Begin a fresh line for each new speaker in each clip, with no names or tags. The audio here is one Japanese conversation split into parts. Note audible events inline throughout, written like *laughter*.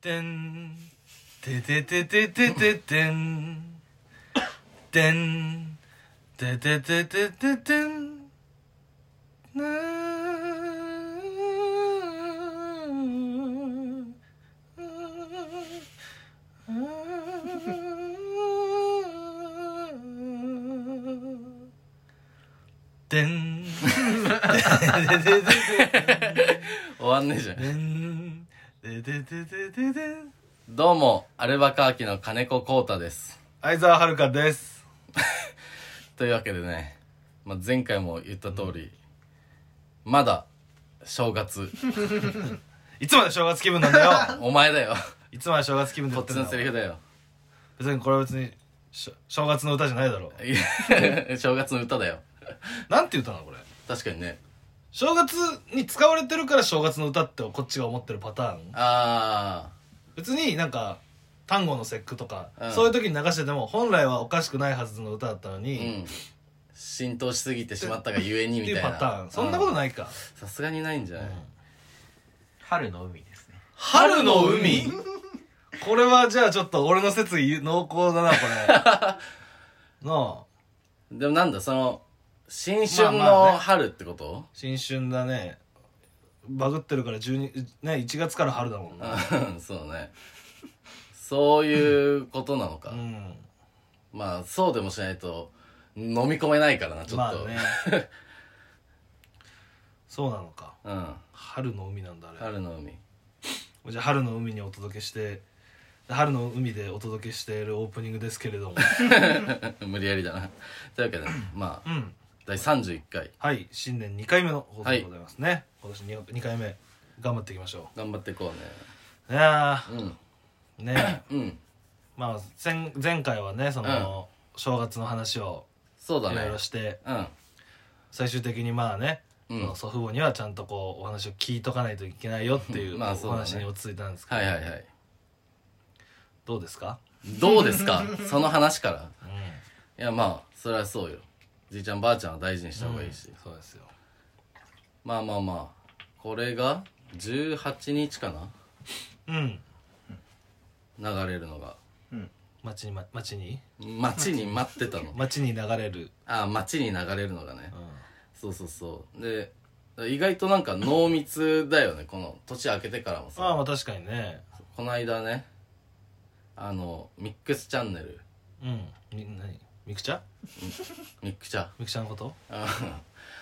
てんてててててててんてんててててててんな *laughs* でんででで
終わんねえじゃん
でんででででででん
どうもアルバカーキの金子浩太です
相沢遥です
というわけでね、まあ、前回も言った通り、まだ正月
いつまで正月気分なんだよ
*laughs* お前
*laughs*
だよ
いつまで正月気分で
こ
やっ
ってち
んだ
のセリフだよ
別にこれは別にしょ正月の歌じゃないだろ
いや *laughs* 正月の歌だよ
なんて歌なのこれ
確かにね
正月に使われてるから正月の歌ってこっちが思ってるパターン
あ
別になんか単語の節句とか、
うん
そういう時に流してても本来はおかしくないはずの歌だったの
ーう
に、
ん浸透しすぎてしまったがゆえに
っ
み
て
た
い
いうな
パターンそんなこと
い
ないか、
さすがにないんじゃない、
春の海ですね
春の海これはじゃあちょっと俺の説濃厚だなこ
*laughs*
れなあ
でもなんだその新春
まあまあ
の
ね
春ってこと、
新春だねバグってるから12ね1月から春だもんな
うん *laughs* そうねそういうことなのか、
うん
まあそうでもしないと飲み込めないからなちょっと、
まあね
*laughs*
そうなのか
うん
春の海なんだあれ
春の海 *laughs*
じゃあ春の海にお届けして春の海でお届けしているオープニングですけれ
*laughs*
ども
無理やりだなというわ
*coughs*
けでまあ
うん
第31回
はい新年2回目の放送でございますね、今年 2, 回目頑張っていきましょ
頑張っていこ
ういや
うね
ー
*laughs*
ね
うんうん
まあ前前回はねその、正月の話を
そうだ
い
ね
ろいろして
うん
最終的にまあね、
うん
その祖父母にはちゃんとこうお話を聞いとかないといけないよっていう
まあ
お
そうだね
話に落ち着いたんですけど、
はいはいはい
どうですか、
どうですか *laughs* その話から
うん、
いやまあそれはそうよじいちゃんばあちゃんは大事にした方がいいし、
そうですよ
まあまあまあこれが18日か
うん
な流れるのが
待ちにま待ちに
待ちに待ってたの
待ちに流れる、
あ街に流れるのがね
うん
そうそうそうで意外となんか濃密だよねこの年明けてからも
まあま
さ
あ確かにね
この間ねあのミックスチャンネル
うんみ何ミクチャ
ミックチャ
ミクチャのこと
あ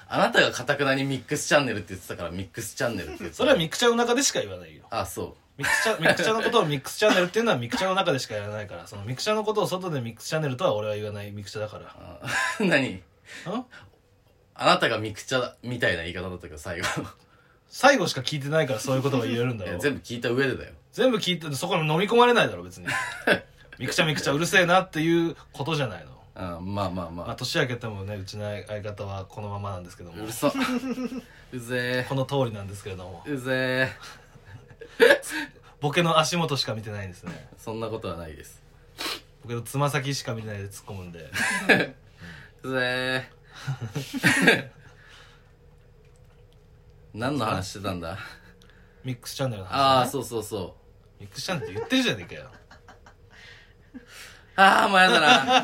あなたがかたくなにミックスチャンネルって言ってたからミックスチャンネルって言ってた
それはミクチャの中でしか言わないよ
あそ
ミクチ
*laughs*
ャミクチャのことをミックスチャンネルっていうのはミクチャの中でしか言わないからそのミクチャのことを外でミックスチャンネルとは俺は言わないミクチャだから
う *laughs* あ何
ん
あなたがミクチャみたいな言い方だったけど最後
最後しか聞いてないからそういうことが言えるんだ
い
ろ
や
う
全部聞いた上でだよ
全部聞いてそこに飲み込まれないだろ
*laughs*
別にミクチャミクチャうるせえなっていうことじゃないの
あまあまあまあ、
まあ年明けてもねうちの相方はこのままなんですけども
うるさ *laughs* うぜ
この通りなんですけれども
えうぜえ
ボケの足元しか見てないんですね
そんなことはないです
ボケのつま先しか見てないで突っ込むんで
*laughs* うぜー何の話してたんだ
ミックスチャンネルの話、
ああそうそうそ
ミックスチャンネルって言ってるじゃねえかよ
うああもうやだな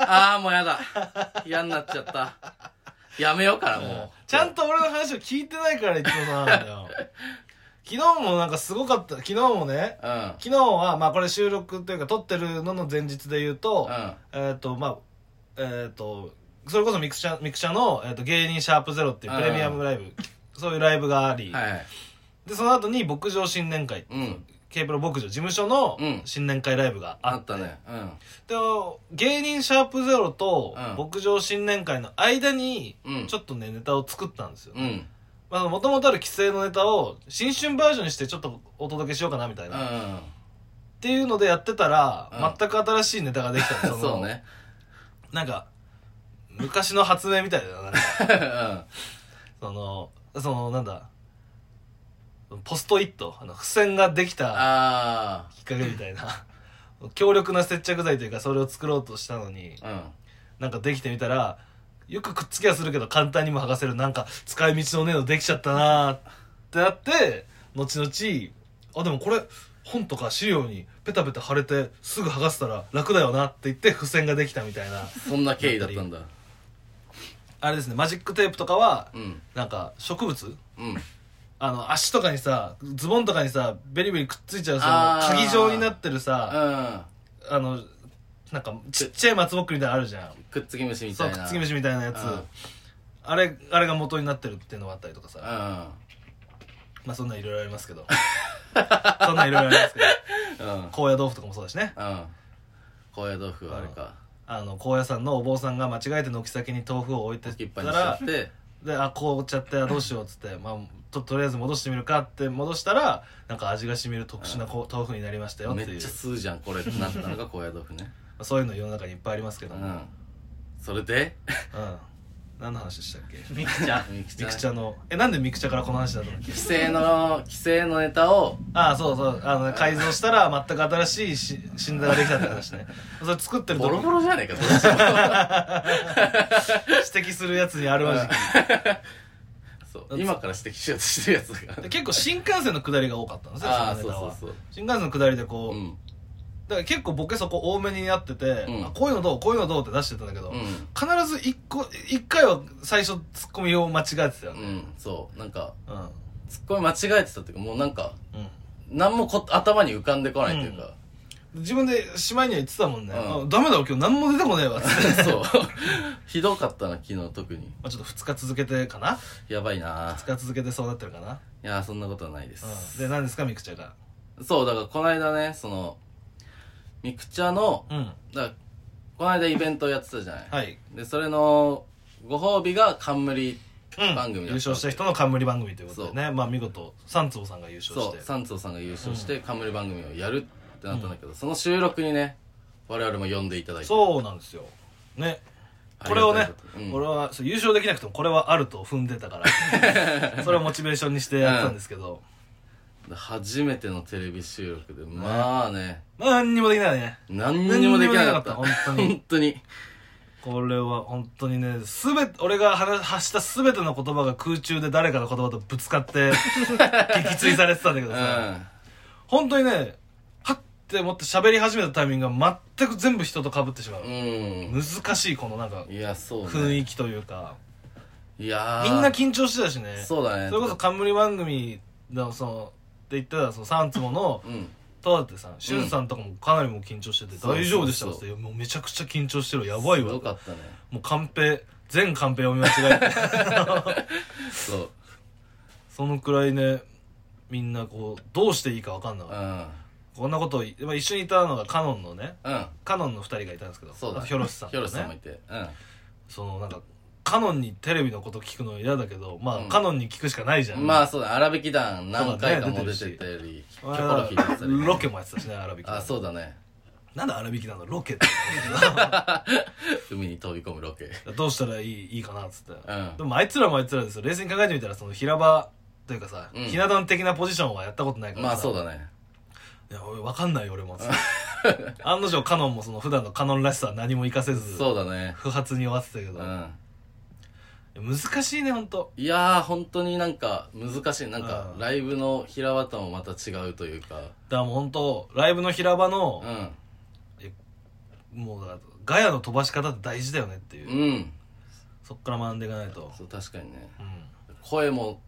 *laughs* ああもうやだ嫌になっちゃったやめようからもう
ちゃんと俺の話を聞いてないからいつもそうなんだよ昨日もなんかすごかった昨日もね
うんうん
昨日はまあこれ収録というか撮ってるのの前日で言うと、えっ、とまあえっ、とそれこそミクシャミクシャの、えーと「芸人シャープゼロっていうプレミアムライブ、そういうライブがあり、
はい
でその後に牧場新年会、
うん
ケープロ牧場事務所の
うん
新年会ライブがあ
あ
っ、
ってたねうん
で芸人シャープゼロと
うん
牧場新年会の間に
うん
ちょっとねネタを作ったんですよ、
うん
まあ、もともとある規制のネタを新春バージョンにしてちょっとお届けしようかなみたい
うん
な、っていうのでやってたら、
うん
全く新しいネタができたの
*laughs* そうね
なんか昔の発明みたいだななんか
うん
そのそのなんだポストイットあの付箋ができた
あ
きっかけみたいな *laughs* 強力な接着剤というかそれを作ろうとしたのに
あうん
なんかできてみたら、よくくっつきはするけど簡単にも剥がせる、なんか使い道のねえのできちゃったなーってなって、後々、あでもこれ本とか資料にペタペタ貼れてすぐ剥がせたら楽だよなって言って付箋ができたみたいな
そんな経緯だったんだ
あれですねマジックテープとかは
うん
なんか植物
うん
あの足とかにさズボンとかにさベリベリくっついちゃう
あ
さ
ー
鍵状になってるさ
うん
あのなんかちっちゃい松ぼっくりみたいなのあるじゃん
くっつき虫み
そう
たい
く
な
っつき飯みたいなやつ
うん
あれあれが元になってるっていうのがあったりと
*laughs*
かさ
う
まあそんなんいろいろありますけど *laughs* そんなんいろいろあります
*laughs*
けど
んうん
高野豆腐とかもそうだしね
うん高野豆腐はあれか
あの高野さんのお坊さんが間違えて軒先に豆腐を置いて
置きっぱ
た
にしちゃ
ら
って
であ凍っちゃってあどうしようっつって、まあ、ととりあえず戻してみるかって戻したらなんか味がしみる特殊なこう豆腐になりましたよって
めっ
いう
ちゃ吸うじゃんこれってなったのが高野豆腐ね
まあそういうの世の中にいっぱいありますけ
う
ど、うん、
んそれで
何の話でしたっけ
みきちゃん
ミクち
ミ
ゃん
クチャのえなんでミクチャからこの話だったの
規制の規制のネタを
ああそうそうあのね、改造したら全く新しいし新座ができたって話ねそれ作ってる
ボ
と
ロ
指
ボロじゃねえかどっちも
摘するやつにあるまじき
そう今から指摘しようとしてるやつが
で結構新幹線の下りが多かったんですよ
ああ
そ
そ
のネタ
うそう
は
そう
新幹線の下りでこう、
うん
だから結構ボケそこ多めにやってて、
うん
あこういうのどうこういうのどうって出してたんだけど、
うん
必ず一個一回は最初ツッコミを間違えてたよ
う
ね
んそうなんか
うん、うん
ツッコミ間違えてたっていうかもうなんか何もこ頭に浮かんでこないというか、
自分でしまいには言ってたもんね、
うん
あダメだわ今日何も出てこねえわっつって *laughs*
そう *laughs* ひどかったな昨日特に
まあちょっと2日続けてかな
やばいな
2日続けてそうなってるかな、
いやそんなことはないで
うん、
す、
で何ですかミクチャが
そうだからこの間ねそのミクチャの
うん
だからこの間イベントをやってたじゃない、
はい、
でそれのご褒美が冠
うん、
番組だった
優勝した人の冠番組ということでねまあ見事三坪さんが優勝
そ
し
う
て
三蔵さんが優勝して冠番組をやるってなったんだけど、その収録にね我々も呼んでいただいて
そうなんですよね
あ
こ
り
れ
がたい
をね
ことうん
俺はそう優勝できなくてもこれはあると踏んでたから
*laughs*
それをモチベーションにしてやってたんですけど、
初めてのテレビ収録でまあね
まあ何にもできないね
何にもで
何にもで
きなかった
きなかった本当に
本当に
これは本当にね全て俺が話発した全ての言葉が空中で誰かの言葉とぶつかって
*laughs*
撃墜されてたんだけ
う
ど
ん
さ、本当にねはって思って喋り始めたタイミングが全く全部人と被ってしまう、
う
難しいこのなんか
んいやそうね
雰囲気というか、
いや
みんな緊張してたしね
そうだね
それこそ冠番組のそのって言ったらその三坪の
うん
とだってさしゅんさんとかもかなりもう緊張してて、
そうそうそう
大丈夫でしたかって言っていやもうめちゃくちゃ緊張してるやばいわ
よ
も
かったね
うカンペ全カンペ読み間違えて *laughs*
そう
そのくらいねみんなこうどうしていいか分かんな
う
かった、
ん
こんなことを、まあ、一緒にいたのがカノンのね
うん
カノンの2人がいたんですけど
そう
あ
だ
とヒョロシさん
ヒョ
と
ロシさんも
ね
いてうん
そのなんかカノンにテレビのこと聞くの嫌だけどまあ、
うん
カノンに聞くしかないじゃん
まあそうだ荒引き団何回かも出
そう
て
だ
た
ね
りキョコロ
あ
ヒー出てたりね
ロケもやってたしね荒引き
あそうだね
なんで荒引きなのロケっ
*laughs*
て
海に飛び込むロケ
どうしたらいいいいかなっつって、
うん
でもあいつらもあいつらですよ冷静に考えてみたらその平場というかさ、
うん
ひな壇的なポジションはやったことないからさ
まあそうだね
いや俺分かんないよ俺も *laughs* っつって案の定カノンもその普段のカノンらしさは何も活かせず
そうだね
不発に終わってたけど
う、ん
難しいねほんと
いやー本当になんか難しいなんか
うん
ライブの平和ともまた違うというか
だからもうほんとライブの平場
う
の、
ん
もうだからガヤの飛ばし方って大事だよねっていう、
うん
そっから学んでいかないと
そう確かにね
う
声も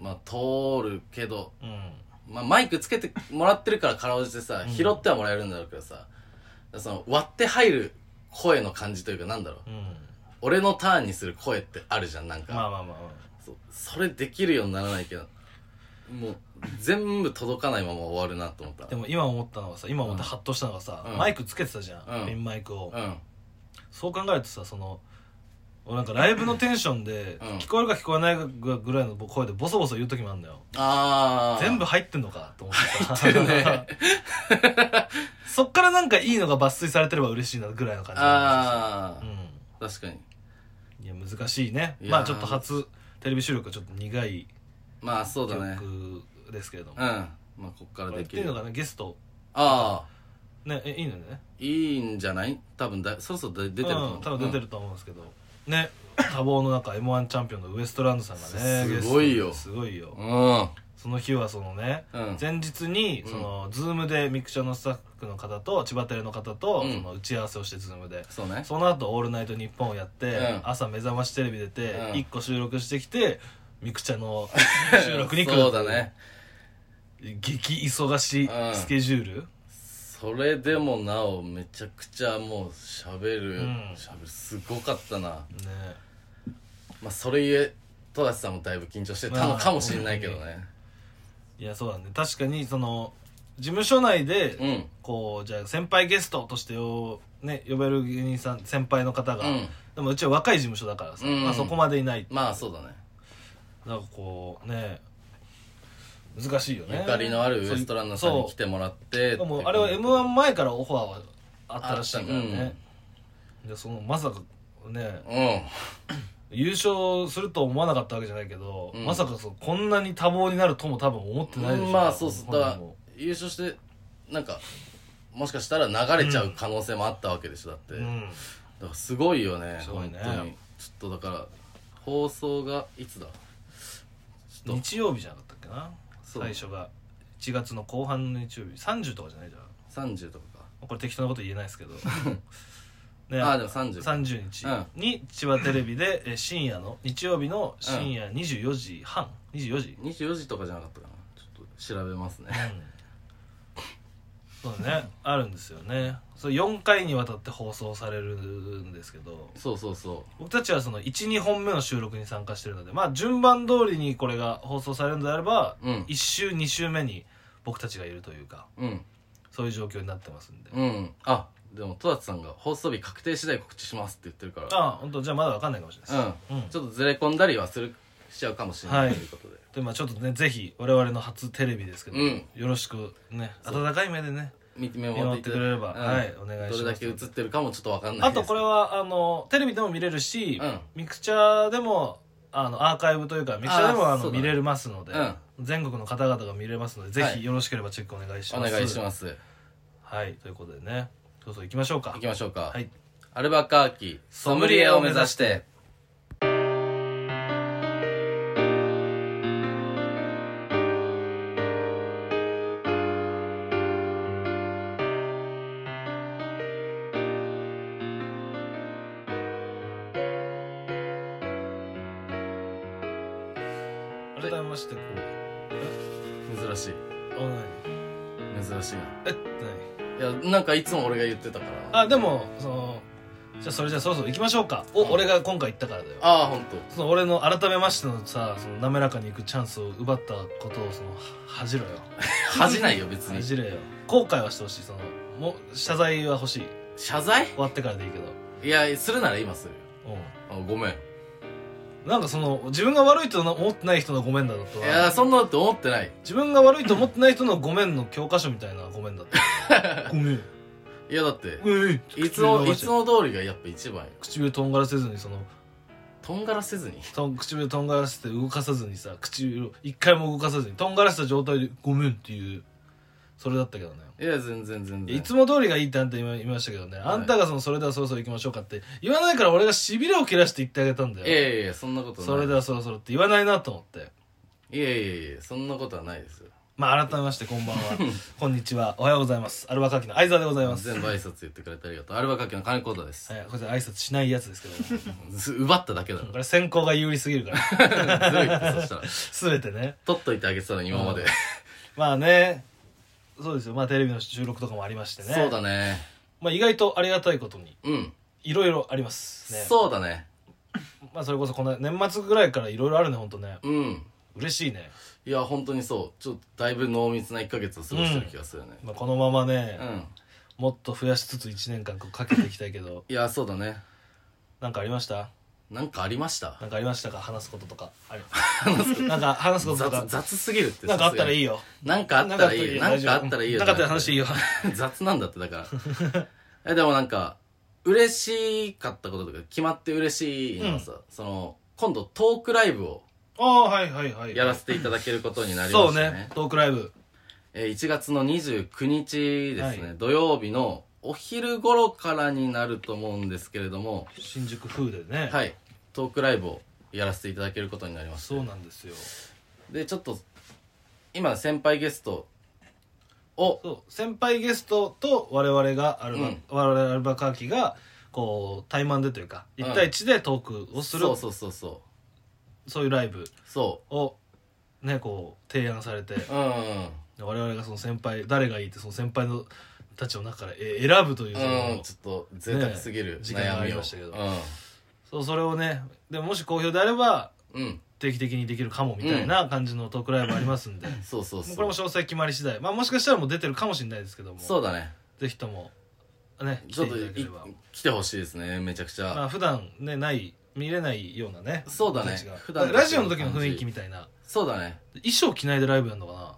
まあ通るけど
んうん
まあマイクつけてもらってるからかろうじてさ
うん
拾ってはもらえるんだろうけどさその割って入る声の感じというかなんだろ
う
う
ん
俺のターンにする声ってあるじゃんなんか
まあまあまあ
そうそれできるようにならないけどもう全部届かないまま終わるなと思った
でも今思ったのがさ今思ってハッとしたのがさ、
うん
マイクつけてたじゃん、
うん
ピンマイクを、
うん
そう考えるとさその俺なんかライブのテンションで、
うん
聞こえるか聞こえないかぐらいの声でボソボソ言う時もあるんだよ
ああ
全部入ってんのかと思ってさ
*laughs*
そっからなんかいいのが抜粋されてれば嬉しいなぐらいの感じ
ああ、
う
確かに
んいや難しいね
いやー
まあちょっと初テレビ収録はちょっと苦い
まあそうだね
曲ですけれども、
うんまあこっから
これ
で
っ
き
ていう
る
のがねゲスト
ああ
ねえいいのね
いいんじゃない多分だそろそろ出出てると思う、
うん多分出てると思うんですけど、ね多忙の中 m 1チャンピオンのウエストランドさんがね
すごいよ
ゲストですごいよ
うん
その日はそのね、
うん
前日に
うん
その、ズームでミクチャのスタッフの方と千葉テレの方と、
うん
その打ち合わせをしてズームで
そうね
その後オールナイトニッポン」をやって、
うん
朝「目覚ましテレビ」出て、
うん
1個収録してきてミクチャ
*laughs*
の収録に来る
そうだね
激忙しい
うん
スケジュール、
それでもなおめちゃくちゃもう喋る
うん
喋、るすごかったな
ね
まあそれゆえ富樫さんもだいぶ緊張してたのかもしれないけどね
いやそうだね確かにその事務所内で、
うん
こうじゃあ先輩ゲストとしてよ、ね、呼べる芸人さん先輩の方
う
が、
ん
でもうちは若い事務所だからさ、
うん
まあ、そこまでいない
まあそうだね
なんかこうね難しいよね
ゆかりのあるウエストランドさんに来てもらって
そうでもあれは m 1前からオファーはあったらしいから
あった
ね、でそのまさかね
うん
優勝すると思わなかったわけじゃないけど、
うん
まさかそうこんなに多忙になるとも多分思ってないでしょ、
まあそうそうだから
本人も
優勝してなんかもしかしたら流れちゃう可能性もあったわけでしょだって、
う
だ
ん
からすごいよね
すごいね
本当にちょっとだから放送がいつだちょっと
日曜日じゃなかったっけな
そう
最初が1月の後半の日曜日30とかじゃないじゃん
30とかか
これ適当なこと言えないです
*laughs*
けどね
ああでも30か
30日
うん
に千葉テレビでえー深夜の日曜日の深夜24時半24時
24時とかじゃなかったかなちょっと調べますね *laughs*
そうだねあるんですよねそれ4回にわたって放送されるんですけど
そうそうそ
僕たちはその12本目の収録に参加してるのでまあ順番通りにこれが放送されるのであれば
ううん
1週2週目に僕たちがいるというか
うん
そういう状況になってますんで、
うんあでも戸田さんが放送日確定次第告知しますって言ってるから
ああ本当じゃあまだわかんないかもしれないです、
うん、
うん
ちょっとずれ込んだりはするしちゃうかもしれない、
はい
ということで
でまあちょっとねぜひ我々の初テレビですけど、
うん
よろしくね温かい目でね
見て見
見
守っ
守
て
っ
い
て
た
くれれば、
うん
はいお願いします
どれだけ映ってるかもちょっとわかんない
あ
です
とこれはあのテレビでも見れるし、
うん
ミクチャでもあのアーカイブというかミクチャでもあ
そ
の
うだね
見れますので、
うん
全国の方々が見れますのでぜ
は
ひ
い
よろしければチェックお願いし
お
ます、
願いし
す
ます
はいということでねそうそう行きましょうか
行きましょうか、
はい
アルバカーキソムリエを目指して
改めましてこ
珍しいう
あ何
珍しい
え
ないやなんかいつも俺が言ってたから
何あでもそのじゃあそれじゃあそろそろ行きましょうかお、
うん
俺が今回行ったからだよ
ああ本当。
その俺の改めましてのさその滑らかに行くチャンスを奪ったことをそのは恥じろよ
恥じないよ別
恥
に
じれよ後悔はしてほしいそのもう謝罪は欲しい
謝罪
終わってからでいいけど
いやするなら今するよあごめ
う
ん
んなんかその自分が悪いと思ってない人のごめんだと
い
は
やそんなって思ってない
自分が悪いと思ってない人のごめんの教科書みたいなごめんだった
*laughs*
ごめん
いやだって
*laughs* うん
いつもいつも通りがやっぱ一番よ
唇とんがらせずにその
とんがらせずに
とん唇とんがらせて動かさずにさ唇を一回も動かさずにとんがらせた状態でごめんっていうそれだったけどね
いや全然全
いや
然
いつも通りがいいってあんた今言いましたけどね、あんたがそのそれではそろそろ行きましょうかって言わないから俺がしびれを切らして言ってあげたんだよ
いやいやいやそんなことない
それではそろそろって言わないなと思って
いやいやいやそんなことはないですよ
まあ改めましてこんばん
*laughs*
はこんにちはおはようございますアルバカキの相沢でございますは
全部挨拶言ってくれてありがとうアルバカキの金子田です
いこちら挨拶しないやつですけど
ず奪っただ
*laughs*
け *laughs* だろ
これ先行が有利すぎるから *laughs*
ずるいってそしたら
全てね
取っといてあげてたのに今まで、
まあねそうですよまあテレビの収録とかもありましてね
そうだね
まあ、意外とありがたいことに
うん
いろいろありますね
そうだね
まあそれこそこの年末ぐらいからいろいろあるねほんとね
うん
嬉しいね、
いや本当にそうちょっとだいぶ濃密な1ヶ月を過ごしてる気がするね
まあ、このままね、
うん、
もっと増やしつつ1年間こうかけていきたいけど *laughs*
いやそうだね
なんかありました
なんかありました
なんかありましたか話すこととかあ
*laughs*
れなんか話すこととか
雑雑すぎるって
なんかあったらいい
よ
よ
なんかあったらいいよなんかあったらいいよ
なかったら話いいよ
*laughs* 雑なんだってだから *laughs* えでもなんか嬉しかったこととか決まって嬉しいのはさ、その今度トークライブを
あ *laughs* あはいはいはい
やらせていただけることになりま
そう
したね
ねトークライブ
えー1月の29日ですね、
は
土曜日のお昼頃からになると思うんですけれども、
新宿風でね
はい、トークライブをやらせていただけることになります。
そうなんですよ
で、ちょっと、今、先輩ゲストを、
そう先輩ゲストと我々がアルバ、
うん
我々アルバカーキがこう対マンでというか
うん
1対1でトークをする、
そうそうそうそ
そういうライブ
う。そ
をねこう提案されて
う。うんうん。
我々がその先輩誰がいいってその先輩のたちの中からえ選ぶというその
うん、ちょっと贅沢すぎる
ね時間が
悩
あ
み
り
を、
ましたけどそうそれをねでももし好評であれば
うん、うん、
定期的にできるかもみたいな感じのトークライブありますんで、も
そうそうそうう
これも詳細決まり次第まあもしかしたらもう出てるかもしれないですけども
そうだね
ぜひともね来
ちょ
てい
っ
た
と
だけ
い
れば
来てほしいですねめちゃくちゃ、
まあ普段ねない見れないようなね
そうだね
人たちが
普段
ラジオの時の雰囲気みたいな
そうだね
衣装着ないでライブやんのかな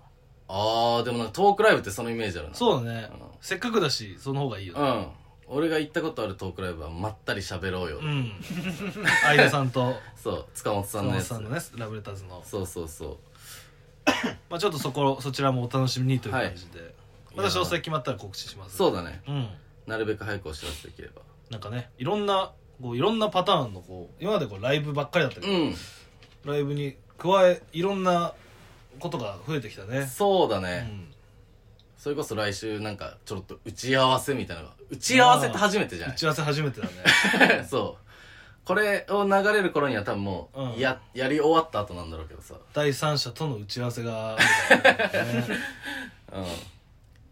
あーでもなんかトークライブってそのイメージあるなう
そうだね、
ん
せっかくだしその方がいいよ
う
ね
ん俺が行ったことあるトークライブはまったり喋ろうよ、
うん、相田さんと
そう塚本さ
そ
んの
の
やつ
さんのねラブレターズの、
そうそうそ
まあ、ちょっとそこそちらもお楽しみにという感じで、また詳細決まったら告知しま
う
す
そうだね
うん
なるべく早くお知らせできれば
なんかねいろんなこういろんなパターンのこう今までこうライブばっかりだったけど、
う
ライブに加えいろんなことが増えてきた
ん
ね
そうだ
う
ね、
ん
それこそ来週なんかちょろっと打ち合わせみたいなのが打ち合わせって初めてじゃ
打
ない
ち合わせ初めてだ
*laughs*
ね
そう。これを流れる頃には多分もう、
うん
や、やり終わった後なんだろうけどさ。
第三者との打ち合わせがあるからね
*laughs* うん。
い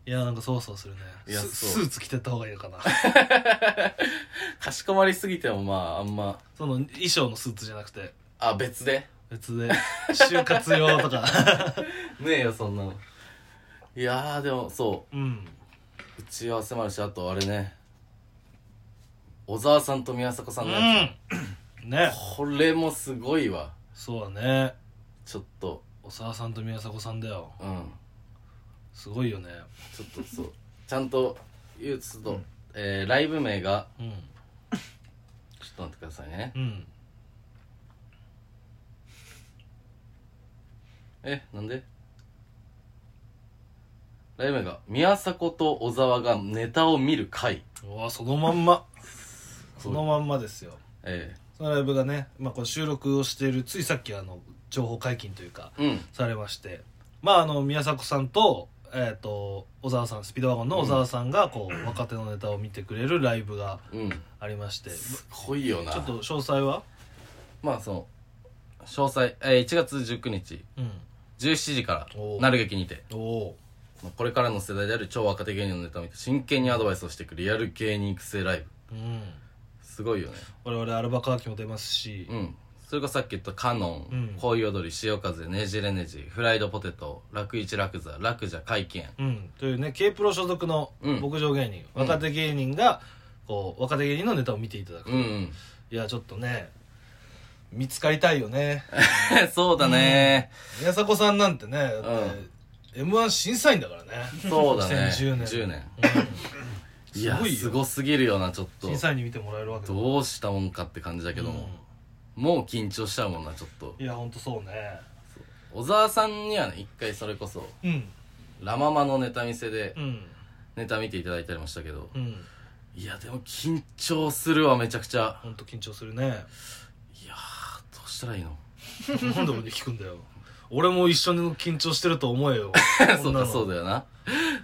やなんかそうそうするね
いや
ス
そう
スーツ着てった方がいいのか
*laughs*
な
かしこまりすぎてもまあ、あんま、
その衣装のスーツじゃなくて
あ、別で
別
*laughs*
で就活用とか
ねえよ、そんなの。いやー、でもそ
うん
う。打ち合わせもあるし、あとあれね。小沢さんと宮迫さ
うん
のや
んね
つ。これもすごいわ。
そうだね
ちょっと、
小沢さんと宮迫さんだよ
うん。
すごいよね
ちょっとそう。ちゃんと言うと、ちょっとえー、ライブ名が、
うん
ちょっと待ってくださいね。
うん
えなんでライブ名が宮迫と小沢がネタを見る回
うわそのまんま
い
そのまんまですよ
え
そのライブがね、まあ、この収録をしているついさっきあの情報解禁というか
えうん
されましてまああの宮迫さんと,、えー、と小沢さんスピードワゴンの小沢さんがこう、若手のネタを見てくれるライブが
うん
ありましてち
すごいよな
ょっと詳細は
まあその詳細、えー、1月19日
うん
17時から
おー
なる劇にて
おお
これからの世代である超若手芸人のネタを見て真剣にアドバイスをしていくリアル芸人育成ライブ
ーうん
すごいよね
我々アルバカーキも出ますし、
うんそれがさっき言ったカノン、
うん
恋踊り潮風ねじれねじフライドポテト楽一楽座楽じゃ会見
うん、というね K プロ所属の
うん
牧場芸人、
うん
若手芸人がこう若手芸人のネタを見ていただく、
うん、うん
いやちょっとね見つかりたいよね
*laughs* そうだね、
宮迫さんなんてね、だって m 1審査員だからね、
そうだね
2010年
いや
すごいよ
すごすぎるよなちょっと
審査員に見てもらえるわけだ
どうしたもんかって感じだけども、もう緊張しちゃうもんなちょっと
うんいやほんとそうね
小沢さんにはね一回それこそ
うん
ラ・ママのネタ見せで
うん
ネタ見ていただいたりもしたけど、
うん
いやでも緊張するわめちゃくちゃ
ほんと緊張するね *laughs*
いやーどうしたらいいの
なんで俺に聞くんだよ俺も一緒に緊張してると思えよ
*laughs* そうかそう
だ
だよな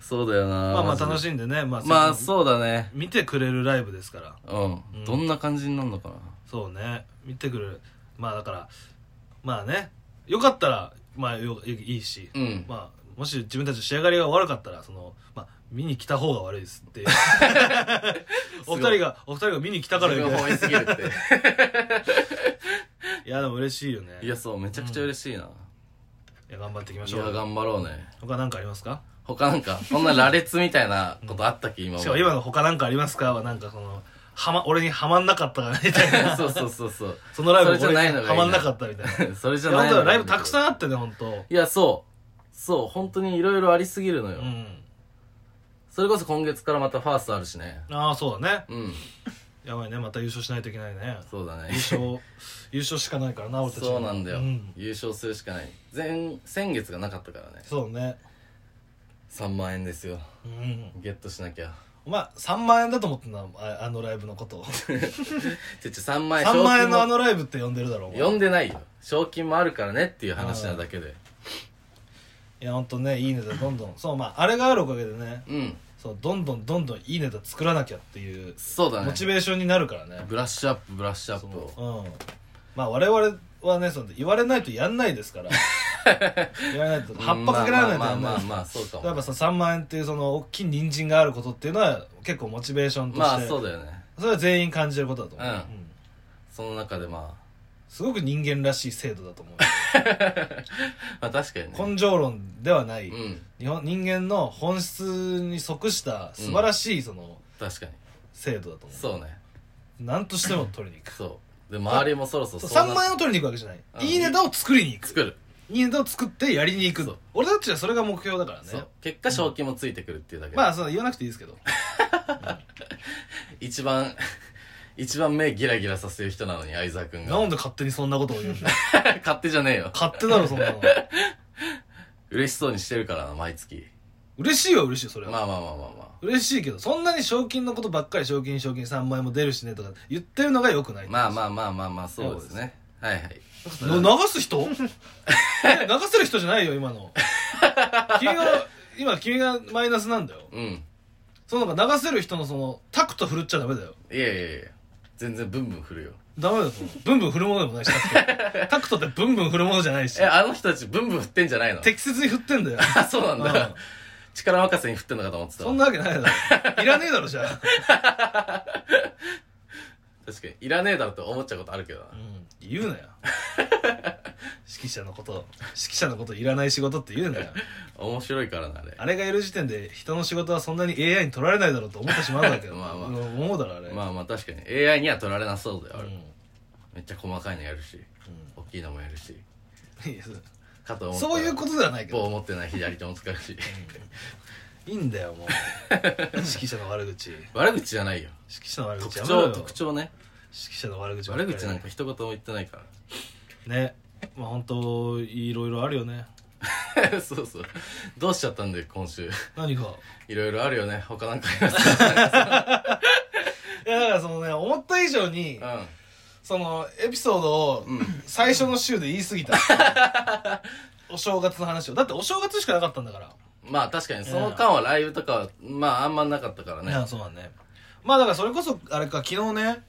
そうだよな
まあまあ楽
い
しんでねまあ
ま
せ
あ
っか
そうだね
く見てくれるライブですから
うん、
うん
どんな感じになるのかな
そうね見てくれるまあだからまあねよかったらまあよいいし
うん、
まあ、もし自分たちの仕上がりが悪かったらその、まあ、見に来た方が悪いですっていう
*laughs*
お二人がお二人が見に来たから
自
よ
分
く
本位すぎるって
*laughs* いやでも嬉しいよね
いやそうめちゃくちゃ嬉しいな、
いや頑張っていきまし
い
ょ
や
う
頑張ろうね
他何かありますか
他なんかこんな羅列みたいなことあったっけ今まで
しかも今の「他何かありますか?」はなんかそのはま俺にはまんなかったからみたい
*laughs*
な
そうそうそうそう
そのライブ
それじゃないのがいいな
はまんなかったみたいな
それじゃ
いや
な
本
い
当
の
ライブたく
ん
さんあってね本当
いやそうそう本当にいろいろありすぎるのよ、
うん
それこそ今月からまたファーストあるしね
ああそうだね
うん
やばいねまた優勝しないといけないね
そうだね
優勝優勝しかないからな俺たち
そうなんだよ、
うん
優勝するしかない前先月がなかったからね
そうね
3万円ですよ
うん
ゲットしなきゃ
お前3万円だと思ってんなああのライブのことを
ちょちょ3万円
3万円のあ
賞
のライブって呼んでるだろお
金
前
も呼んでないよ賞金もあるからねっていう話なだけで
いやほんとねいいネタどんどんそうまああれがあるおかげでね
うん
そうどんどんどんどんいいネタ作らなきゃっていう
そうだね
モチベーションになるからね
ブラッシュアップブラッシュアップ
う
を
んまあ我々はねその言われないとやんないですから
*laughs*
言われないと葉っぱかけられないと
ま
や
あ
んない
まあまあまあ
です
まあそうか
やっ
も
ぱさ3万円っていうその大きい人参があることっていうのは結構モチベーションと
ま
し
あ
て
そうだよね
それは全員感じることだと思う、
うん
ん
その中でま
すごく人間らしい制度だと
*laughs*
思
あまあ確かに
う
ね
根性論ではない、
うん
日本人間の本質に即した素晴らしいその
確かに
制度だと思
そうね
う、なん、何としても取りに行く
そうで周りもそろそろ
そう
そうな
3万円を取りに行くわけじゃない、
うん
いいネタを作りに行く
作る
いいネタを作ってやりに行
そ
く
う
俺たちはそれが目標だから
そ
ね
う結果賞金もついてくるっていうだけで
まあそう言わなくていいですけど
一番 *laughs* 一番目ギラギラさせる人なのに相沢君が
なんで勝手にそんなことを言うん
*laughs*
だ
勝手じゃねえよ
勝手だろそんなの
嬉しそうにしてるからな毎月
嬉しいは嬉しいそれ
ま
は
あまあまあまあま
嬉しいけどそんなに賞金のことばっかり賞金賞金3万円も出るしねとか言ってるのがよくない
あまあまあまあまあまあそうですねはいはい
の流す人 *laughs* ね流せる人じゃないよ今
*laughs*
の君が今君がマイナスなんだよ
うん
そのなんか流せる人のそのタクト振るっちゃダメだよ
いやいやいや全然ブンブン振るよ
ダメだよそのブンブン振るものでもないしタクトタクトってブンブン振るものじゃないし
えあの人たちブンブン振ってんじゃないの
適切に振ってんだよ
あ *laughs* そうなんだ、
うん
力任せに振ってんのかと思ってたわ
そんなわけないだろいらねえだろじゃあ、
確かにいらねえだろって思っちゃうことあるけどな
うん、言うなよ指揮者のこと指揮者のこといらない仕事って言うなよ
面白いからなあれ
あれがいる時点で人の仕事はそんなに AI に取られないだろうと思ってしまうんだけど
*laughs* まあまあ
うん思うだろあれ、
まあまあ確かに AI には取られなそうだよあれ、
うん
めっちゃ細かいのやるし大きいのもやるし
うんいや
かと思ったら
そういうことではないけ
棒
ど
を持ってない左手も使うし
いいんだよもう *laughs* 指揮者の悪口指
*laughs* 悪口じゃないよ
揮者の悪
特
口やめろ
徴
よ
特徴ね
指揮者の悪口ばっ
悪
かり
口なんか一言も言ってないか
ねまあ本当いろいろあるよね
ら *laughs* そうそうどうしちゃったんだよ今週 *laughs*
何か
いろいろあるよね他なんかあります
いやだからそのね思った以上にそのエピソードを
うん、うん、
最初の週で言い過ぎた
*laughs*
お正月の話をだってお正月しかなかったんだから
まあ確かにその間はライブとかはまああんまなかったから
いや
ね
そうだねまあだからそれこそあれか昨日ね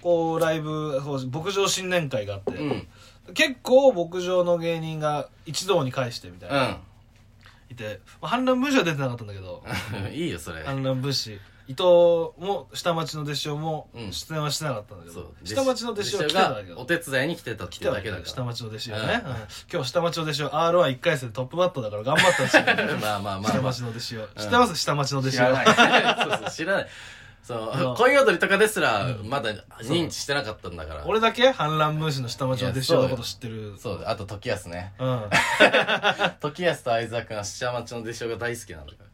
こうライブこう牧場新年会があって、
うんうん
結構牧場の芸人が一堂に会してみたいうな、
ん
いて、まあ、反乱分子は出てなかったんだけど
*laughs* いいよそれ
反乱分子伊藤も下町の弟子をも
うん
出演はしてなかったんだけ
そ
ど
う、
下町の弟子は来てたんだけ
お
ど
手伝いに来てたっ
来
てい
て
う
は
だ
い
け
た
だ
け
か
ど下
ら
町の弟子は
うん
ね、うん今日下町の弟子は r 1 1回戦トップバッターだから頑張ったんですよ
まあまあまあ
下
まあ
町の弟子を知ってます下町の弟子を
*laughs* そうそう知らないそ
うん
の恋踊りとかですらまだ認知してなかったんだから
*laughs* 俺だけ反乱分子の下町の弟子のこと知ってる
そうだあと時
*laughs*
安ね
うん
時安と相沢君は下町の弟子が大好きなんだから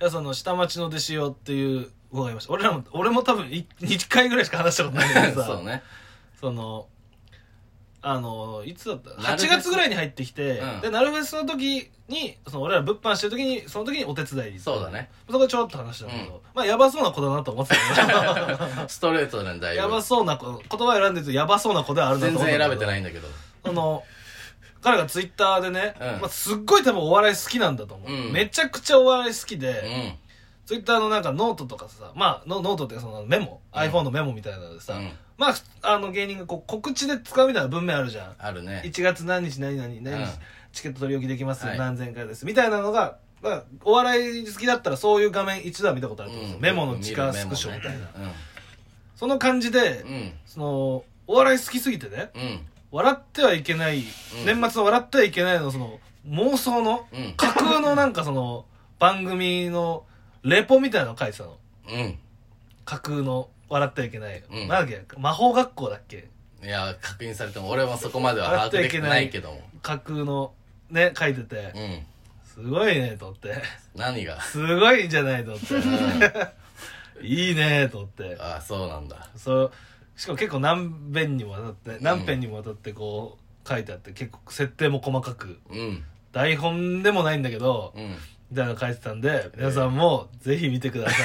いやその下町の弟子よっていう子がいました俺らも俺も多分2回ぐらいしか話したことないんだけどさ
*laughs* そうね
そのあのいつだった
なるフェス
8月ぐらいに入ってきて、
うん
でナルフェスの時にその俺ら物販してる時にその時にお手伝いに行った
そうだね
そこでちょろっと話したんだけど、まあやばそうな子だなと思って
*laughs*
たけ
ストレートなんだ
ど
よ
やばそうな子言葉選んでるとやばそうな子ではあるなと
全
思
然選べて
い
ないんだけど
その彼がツイッターでね、
うん
まあ、すっごい多分お笑い好きなんだと思う、
うん
めちゃくちゃお笑い好きで、
うん
ツイッターのなんかノートとかさ、まあ、ノノートっていうかそのメモ、
うん
iPhone のメモみたいなのでさ、
うん
まあ、ふあの芸人がこう告知で使うみたいな文面あるじゃん。
あるね
1月何日何々何日、
うん
チケット取り置きできますよ、
はい
何千回ですみたいなのが、まあ、お笑い好きだったらそういう画面一度は見たことあると思うんですよ、メモの地下スクショみたいな、その感じで、
うん
そのお笑い好きすぎてね
うんうん
笑ってはいけない、
ん
年末の笑ってはいけないのその妄想の
うん
架空のなんかその番組のレポみたいなの書いてたの
うん
架空の笑ってはいけない、
うん
なんだっけ魔法学校だっけ
いや確認されても俺もそこまでは把握できてないけども
架空のね書いてて
うん
すごいねと思って *laughs*
何が
すごいんじゃないと思っ
う
て
ん
いいねと思って
あそうなんだ
そうしかも結構何遍にもわたって何遍にもわたってこう書いてあって結構設定も細かく
うん
台本でもないんだけど
うん
みたいなの書いてたんで、皆さんもぜひ見てくださ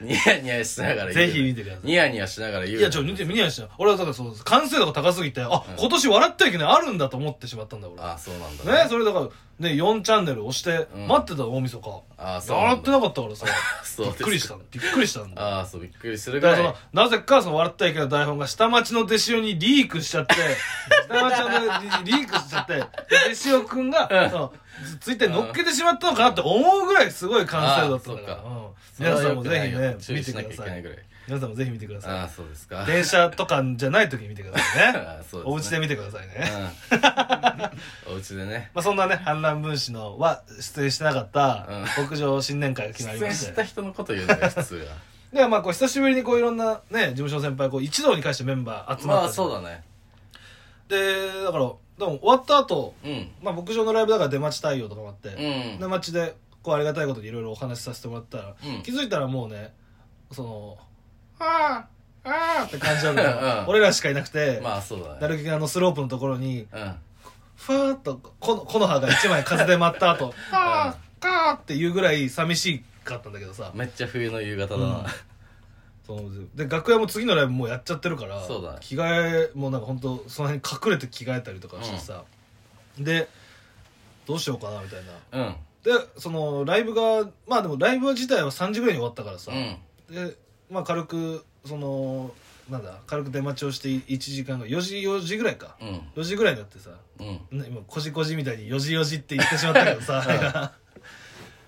ニヤニヤしながら
い。
言う
ぜひ見てください。
ニヤニヤしながら言う
い
い
や、ちょ、見て、見ないしな。俺はだからそう、完成度が高すぎて、あ、今年笑ったいけないあるんだと思ってしまったんだ、俺。
あそうなんだ
ね、それだから、ね、4チャンネル押して、
うん
待ってたの大晦日。
あそう
笑
な
っ
ん
て
だ
なかったからさ、
*laughs* そう
び
で
っ
すか
くりしたんびっくりしたんだ。
あそうびっくりするぐ
だかららその
い、
なぜかその笑ったいけない台本が下町の弟子用にリークし
*laughs*
ちゃって、下町のリークしちゃって、で弟子用くんが、そのツイッターに乗っけてしまったのかなって思うぐらいすごい完成度だったから
あそ、
うん皆さんもぜ
それは良くないよ
ひ
注
ね、
意
見て
し
く
なきゃ
だ
いけ
さ
ない
い
ぐ。らい
皆さんもぜひ見てくださ
あ
い。
あそうですか
電車とかじゃない時に見てくださいね。
あ *laughs* そう
お家
す
で
ね
見てくださいね。
うん *laughs* お家でね
まあそんなね、反乱分子のは出演してなかった北上新年会が決まり
出
ま
演
し
してた。人のこと言うのが普通は
で、まあこう久しぶりにこういろんなね、事務所の先輩、こう一堂に会してメンバー集まって。
まあそうだね
で、だから、でも終わった後、
うん
まあ牧場のライブだから出待ち対応とかもあって、
うん
出待ちで、こうありがたいことにいろいろお話しさせてもらったら、
うん
気づいたらもうね、その、ああ、ああって感じなんだけど
うん
俺らしかいなくて、
まあそうだね
なるきがあのスロープのところに、
うん
ふわーっとこの木の葉が一枚風で舞った
*laughs*
後カーカーっていうぐらい寂しかったんだけどさ
めっちゃ冬の夕方だな、
そので楽屋も次のライブもうやっちゃってるから
そうだね
着替えもなんか本当その辺隠れて着替えたりとかしてさ、でどうしようかなみたいな
うん、うん
でそのライブがまあでもライブ自体は3時ぐらいに終わったからさ、でまあ軽くそのなんだ軽く出待ちをして1時間ぐらい4時4時ぐらいか
うん
4時ぐらいになってさ
うん
ね今こじこじみたいに「よじよじ」って言ってしまったけどさ、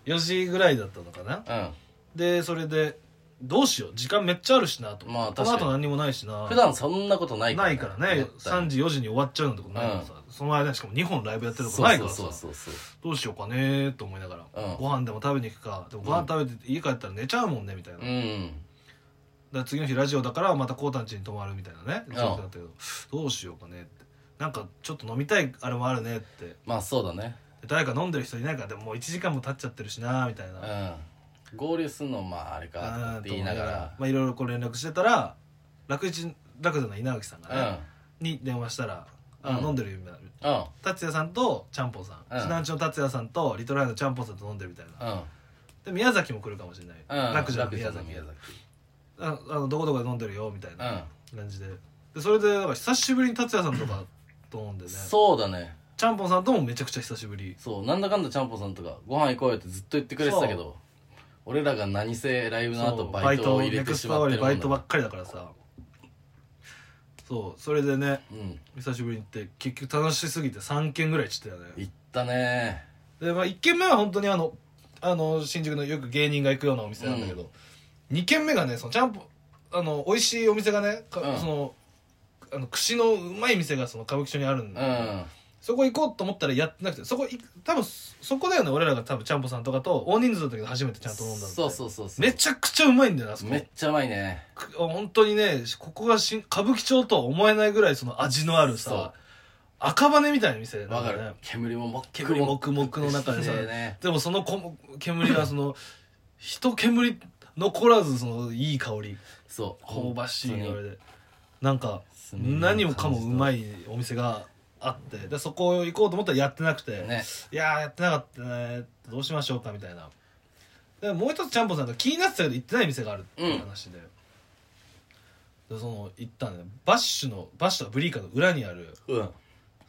4時 *laughs* ぐらいだったのかな
う
でそれでどうしよう時間めっちゃあるしなと、
まあ確
こ
かに
の後何にもないしなん
普段そんなことない
ないからね3
時
時4時に終わっちゃうなんてことないからさ、その間にしかも2本ライブやってることないからさ
そうそうそうそ
どうしようかねーと思いながら、
うん
ご飯でも食べに行くかでもご飯食べて家帰ったら寝ちゃうもんねみたいな、
うう
だか
ん
ら次の日ラジオだからまたこうたんちに泊まるみたいなね
ん
そうだったけどどうしようかねってなんかちょっと飲みたいあれもあるねって
まあそうだね
誰か飲んでる人いないからでももう1時間も経っちゃってるしなみたいな、あ
うん合流すんのまああれか
ー
って言いなが
まあいろいろこう連絡してたら楽一楽座の稲垣さんがね
ら、
に電話したら「あ、
うん
飲んでるよ」みたいな
うんうん
達也さんとちゃんぽんさん
うん
指南地の達也さんとリトルアイのちゃんぽんさんと飲んでるみたいな
うん
で宮崎も来るかもしれない、
うん
楽座の
宮
宮
崎
崎
宮崎
ああのどこどこで飲んでるよみたいうなん感じででそれでだから久しぶりに達也さんとかと飲んでね
そうだね
ちゃんぽんさんともめちゃくちゃ久しぶり
そうなんだかんだちゃんぽんさんとかご飯行こうよってずっと言ってくれてたけど俺らが何せライブの後
そう
バイトを入れ
ネ
てしまって
クスト
るも
アワー
ん
にバイトばっかりだからさそうそれでね
うん
久しぶりに行って結局楽しすぎて3軒ぐらい散ったよね
行ったね
で、まあ、1軒目は本当にあのあの新宿のよく芸人が行くようなお店なんだけど、二2軒目がねそのちゃんぽんあの美味しいお店がねか、
うん
そのあの串のうまい店がその歌舞伎町にあるん
う
で、
ん
そこ行こうと思ったらやってなくてそこい多分そこだよね俺らが多分ちゃんぽんさんとかと大人数だったけど初めてちゃんと飲んだのって
そうそうそうそう
めちゃくちゃうまいんだよなあそこ
めっちゃうまいね
く本当にねここがし歌舞伎町とは思えないぐらいその味のある
そう
さ赤羽みたいな店なん
わか
だ
る
ね
煙ももっ
煙黙々の中でさ
ね
でもそのこ煙がその一煙残らずそのいい香り
そう
香ばしい
本当に
香りでなんか何もかもうまいお店があってでそこ行こうと思ったらやってなくて、
ね
いやーやってなかったねどうしましょうかみたいなでもう一つちゃんぽんさんが気になってたけど行ってない店があるっていう話で、でその行ったんだよバッシュのバッシュとかブリーカーの裏にある
うん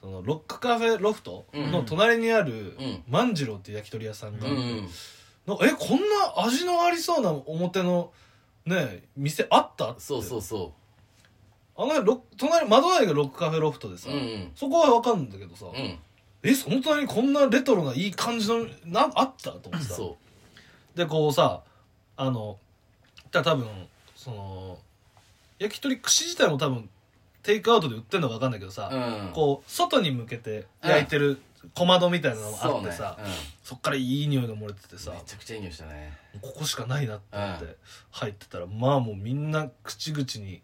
そのロックカフェロフトの隣にある
うん
万次郎っていう焼き鳥屋さんが、
うんうん
なんかえこんな味のありそうな表のね店あったって
そうそうそ
あのロッ隣窓内がロックカフェロフトでさ、
ううん
そこは分かるんだけどさ、
うん
えその隣にこんなレトロないい感じのなんあったと思ってさ
そ
でこうさあのじゃ多分その焼き鳥串自体も多分テイクアウトで売ってるのか分かんないけど
うう
さ、
ん
こう外に向けて焼いてる小窓みたいなのもあってさ
そうね
そ,、っからいい匂いが漏れてて
う
さ
んめちゃくちゃいい匂いしたね
ここしかないなって思っ
う
て入ってたら、まあもうみんな口々に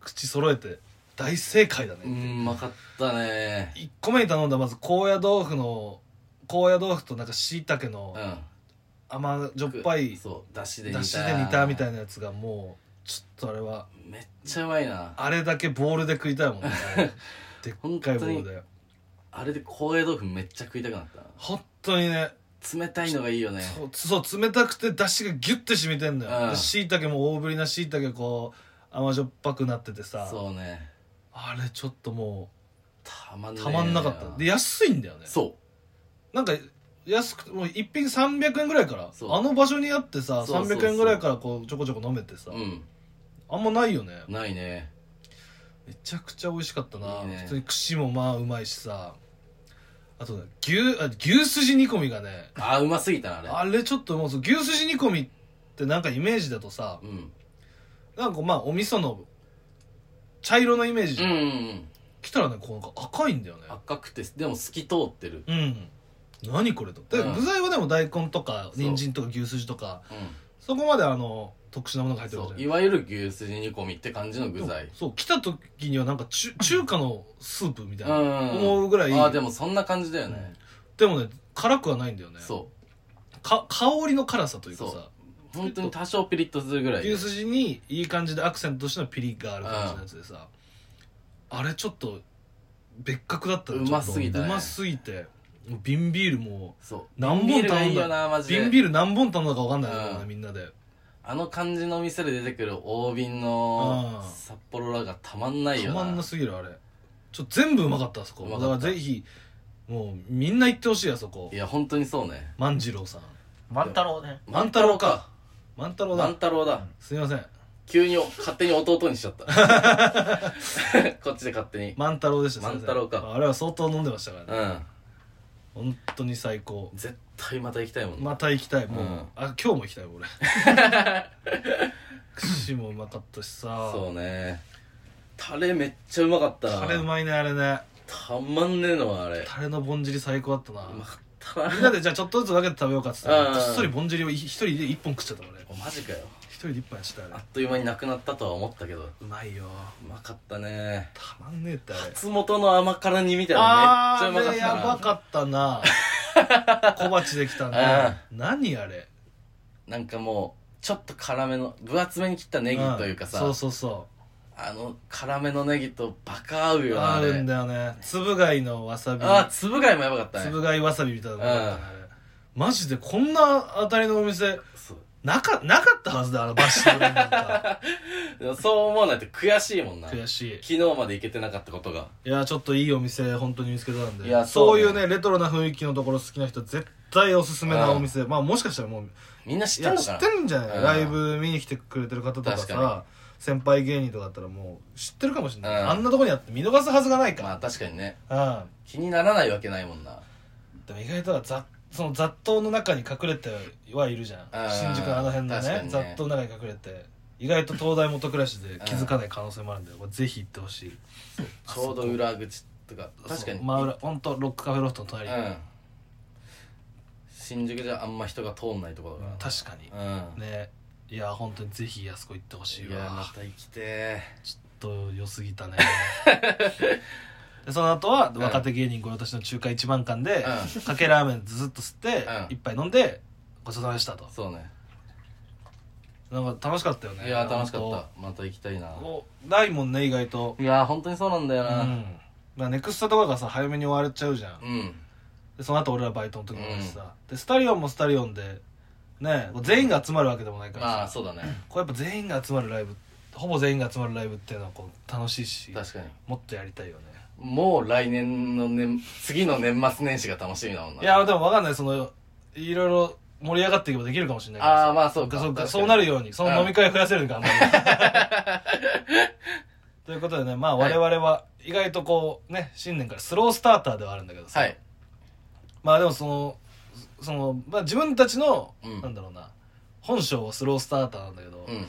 口揃えて大正解だね、
うんうまかったね
1個目に頼んだまず高野豆腐の高野豆腐となんかしいたけの
うん
甘じょっぱい
そうだしで煮た
だしで煮たみたいなやつがもうちょっとあれは
めっちゃうまいな
あれだけボールで食いたいもん
*laughs*
ねでっかいボールで
あれで高野豆腐めっちゃ食いたくなった
本当にね
冷たいのがいいよね
そうそう冷たくて出汁がギュッて染みてんだ
う
よ
ん
しいたけも大ぶりなしいたけこう甘じょっぱくなっててさ
そうね
あれちょっとも
たまん
う
ねえ
たまんなかったで安いんだよね
そ
なんか安くてもう一品300円ぐらいから
そう
あの場所にあってさ
そうそうそう
300円ぐらいからこうちょこちょこ飲めてさ
ううん
あんまないよね
ないね
めちゃくちゃ美味しかったない
いね
普通に串もまあうまいしさあとね牛あ牛すじ煮込みがね
あーうますぎたなあ
あれちょっともうそう牛すじ煮込みってなんかイメージだとさ
れうん
なんかまあお味噌の茶色のイメージじ
う
ゃ
ん
ん、
うんうん
来たらねこうなんか赤いんだよね
赤くてでも透き通ってる
うん何これとで、
うん
具材はでも大根とか
そう
人参とか牛すじとか
う
そこまであの特殊なものが入
ん
ってるわ
そ
け
う
じ
い
ゃない
わゆる牛すじ煮込みって感じの具
で
材
もそう来た時にはなんか中中華のスープみたいな
うん
思うぐらい、
あーでもそんな感じだよね
でもね辛くはないんだよね
そ
か香りの辛さというか
そ
さ
う本当に多少ピリッとするぐらい
牛すじにいい感じでアクセントとしてのピリがある感じのやつでさあれちょっと別格だったね
うますぎ
ち
たね
ょっとうますぎてもう瓶ビールも
そう
何本
ビールが
頼
い
ん
いよ
だ
なマジ
瓶
で
ビール何本頼んだか分かんないからね、
うん
みんなで
あの感じの店で出てくる大瓶の
うん
札幌らがたまんない
た
よな
まんなすぎるあれちょっと全部うまかったあそうこ
まか
だ
っ
か
た
らぜひもうみんな行ってほしいあそこ
いや本当にそうね
万次郎さん
万太郎ね
万太郎か万太郎
万
だ
太郎だ
すいません
急に勝手に弟にしちゃった
*laughs*
こっちで勝手に
万太郎でしたすいません
万太郎か
あれは相当飲んでましたからね
うん
本当に最高
絶対また行きたいもんな
また行きたいもう、
うん
あ今日も行きたい俺 *laughs* 串もうまかったしさ
そうねタレめっちゃうまかったな
タレうまいねあれね
たまんねえのはあれ
タレのぼんじり最高だったな
うまかったな
みんなでじゃあちょっとずつ分けて食べようかっつってこ
うん
っそりぼんじりを一人で一本食っちゃった俺
おマジかよ
一人で一本やっちゃった
あ
あ
っ
れ
という間になくなったとは思ったけど
うまいよ
うまかったね
たまんねえってあれ
松本の甘辛煮みたい
あ
なのめっ
ーあれ
ちゃ
や
うまか
ば
った
かったな
*laughs*
小鉢できたね何あれ
ななんかもうちょっと辛めの分厚めに切ったネギというかさ、
うんそうそうそう
あの辛めのネギとバカ合うよな
あ
あれ
るんだよねつぶ貝のわさび
あーつぶ貝もやばかった
つ
ね
ぶ貝わさびみたいなのがあったねマジでこんな当たりのお店
そう
なかなかったはずだあのバッシュドなん
*laughs*
か
でもそう思わないと悔しいもんな
悔
昨
しい
日まで行けてなかったことが
いやちょっといいお店本当に見つけたんで
いや
そ
そううね
いうねレトロな雰囲気のところ好きな人絶対おすすめなお店まあもしかしたらもう
みんな
い
知ってん
や
の
知
かな
ってるんじゃない
うん
ライブ見に来てくれてる方とか
確か
さ先輩芸人とかだったらもう知ってるかもしれない
うん
あんなとこにあって見逃すはずがない
まあ
か
確かにね
うん
気にならないわけないもんな
でも意外とは雑その雑踏の中に隠れてはいるじゃん
あー
新宿のあの辺の
確
ね
かにね
雑踏の中に隠れて意外と東大元暮らしで気づかない可能性もあるんだよこれぜひ行ってほしい
ちょうど裏口とか確かに
そう真裏本当ロックカフェロフトの隣、
うん新宿じゃあんま人が通んないところだか
確かに
らなうん
ねいや本当にぜひあそこ行ってほしい
いやま
わ
た行きてえ
ちょっと良すぎた
*laughs*
ねでその後は
うん
若手芸人御用達の中華一番館で、
う
かけラーメンずっと吸って、
うん
一杯飲んでごちそうさまでしたと
そうね
なんか楽しかったよね
いや楽しかっ
本
たまた行きたいな
当こうないもんね意外と
いや本当にそうなんだよ
う
なん
まあ、ネクストとかがさ早めに終われちゃうじゃん
うん
でその後俺らバイトの時もあるしさ、でスタリオンもスタリオンでねこう全員が集まるわけでもないから
まあ
さ
そうだね
こうやっぱ全員が集まるライブほぼ全員が集まるライブっていうのはこう楽しいし
確かに
もっとやりたいよね
もう来年の年次の年末年始が楽しみだもんない
やでも分かんないそのいろいろ盛り上がっていけばできるかもしれないから
ああまあそうか
そうか
確
そうな
る
るようにその飲み会を増やせる
*laughs*
頑張るということでねまあ我々は意外とこうね新年からスロースターターではあるんだけどさ、
はい
まあでもそのその、まあ、自分たちの、
うん
なんだろうな本性はスロースターターなんだけど、
うん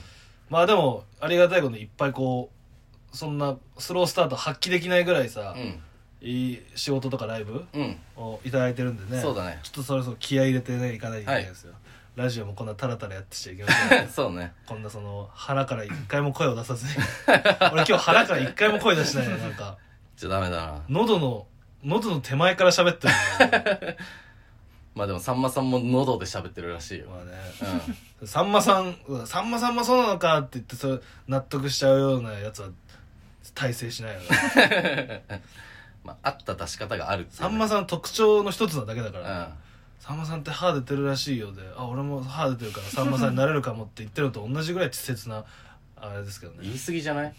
まあでもありがたいことにいっぱいこうそんなスロースターター発揮できないぐらいさ、
うん
いい仕事とかライブ
うん
をいただいてるんでね
そうだね
ちょっとそろそろ気合い入れてねいかないといけないですよ、ラジオもこんなタラタラやってしちゃいけません
*laughs* そうね
こんなその腹から一回も声を出さずに *laughs* 俺今日腹から一回も声出してないねなんか
じゃダメだな
喉の喉の手前から喋ってるんだよね
まあでもさんまさんも喉で喋ってるらしいよ
まあね
うん
さんまさんうわさんまさんもそうなのかって言ってそれ納得しちゃうようなやつは大成しないよね *laughs*
まあ、あった出し方があるっていう
さんまさんの特徴の一つなだけだから、
うん
さんまさんって歯出てるらしいよ」で「あ俺も歯出てるからさんまさんになれるかも」って言ってるのと同じぐらい稚拙なあれですけどね
言い過ぎじゃない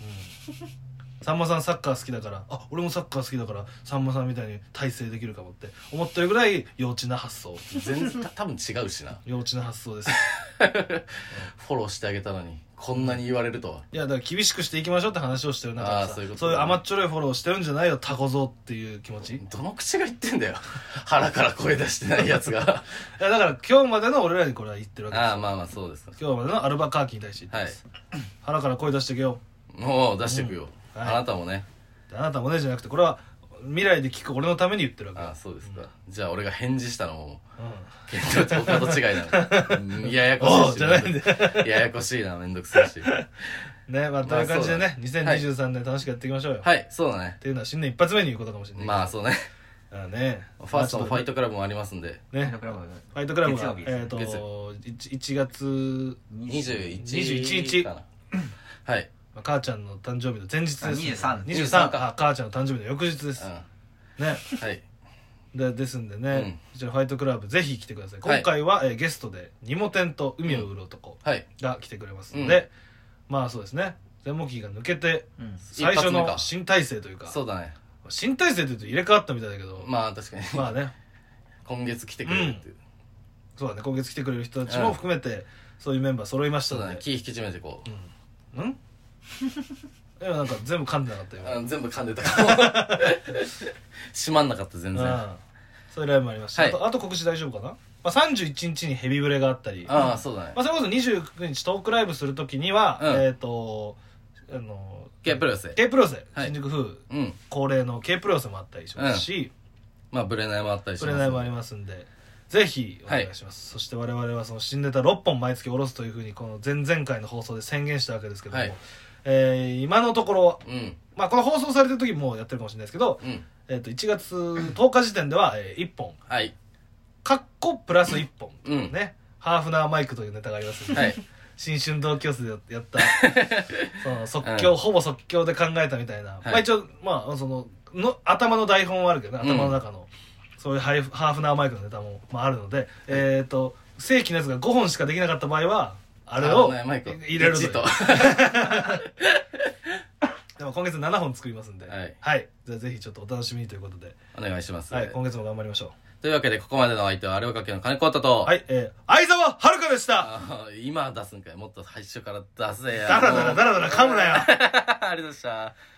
さんまさんサッカー好きだからあ俺もサッカー好きだからさんまさんみたいに体制できるかもって思ってるぐらい幼稚な発想
全然た多分違うしな
幼稚な発想です
フォローしてあげたのにこんなに言われるとはい
やだから厳しくしていきましょうって話をしてる中で
あー
さ
そういうこと
甘っちょろいフォローしてるんじゃないよタコゾっていう気持ちい
どの口が言ってんだよ腹から声出してないやつ
*laughs*
が
やだから今日までの俺らにこれは言ってるわけで
ああまあまあそうです
す今日までのアルバカーキに対して言ってます、腹から声出していけよ
もう出していくよ、
うんはい
あなたもね
あなたもねじゃなくてこれは未来で聞く俺のために言ってるわけ
ああそうですか、じゃあ俺が返事したのも
う
検討と他と違いな
*laughs*
のうんややこ
おう
し *laughs* いし
じゃないんだ
ややこしいなめんどくさいし
んねまあという感じでね、
*laughs* まあそうだね
2023年楽しくやっていきましょうよ、
はいそうだね
っていうのは新年一発目に言うことかもしれない
まあそうね
あね
ファーストもファイ
イ
トクラブもありますんで
トね
クラブ
ファイトクラブ
月曜
が
日です
えっ、と
月
1, 月、
21
21
日かなはい、
まあ、母ちゃんの誕生日の前日です、
あ
23
23
23か
あ母ちゃんの誕生日の翌日で
う
す、
ん、
ね
はい
でですんでね、こちらファイトクラブぜひ来てください
はい
今回は、えーゲストで「ニモテンと海を売る男
はい」
が来てくれますので、まあそうですね全問期が抜けて
うん
最初
一発目
の
か
新体制というか
そうだね
新体制というと入れ替わったみたいだけどま
まあ確かに、
あね
今月来てくれるっていう、
そうだね今月来てくれる人たちも含めてそういうメンバー揃いました
そう
の
だ
で
ね気引き締めてこう、
うん *laughs* 今なんか全部噛んでなかったよ
あの全部噛
*laughs*
んでたかも閉まんなかった全然あ
うんそういうライブもありました、
はい
あとあと告知大丈夫かな、まあ、31日にヘビブレがあったり
あそうだね
まあ、それこそ29日トークライブするときには、
うん
えっ、とあの
ケープロセ
K プロセ、
はい
新宿風
うん
恒例の K プロセもあったりしますし、
まあブレないもあったりし
プ
ま
レ
す
ナイもありますんでぜひお願いします、そして我々はその新ネタ6本毎月下ろすというふうにこの前々回の放送で宣言したわけですけども、
はい
えー今のところ、
うん
まあ、この放送されてる時もうやってるかもしれないですけど、
うん
えー、と1月10日時点では、え1本
はい
カッコプラス1本、
うん
ねハーフナーマイクというネタがありますんで
はい
新春同居室でやった
*laughs*
その即興、
うん
ほぼ即興で考えたみたいな、まあ一応まあそのの頭の台本はあるけどね
うん
頭の中の、そういうハイフハーフナーマイクのネタも、まあ、あるので、えっ、と正規のやつが5本しかできなかった場合はあれを
危ないマイク
入れる
一
と
と
でも今月7本作りますんでは
はい
じゃあぜひちょっとお楽しみにということで、
お願いします、
はい、今月も頑張りましょ
というわけでここまでのお相手は有岡家の金子太
う
と、
はいえー、相沢遥でした
あー今出すんかいもっと最初から出せや *laughs*
だらだらだらだら噛むなよ
もうありがとうございました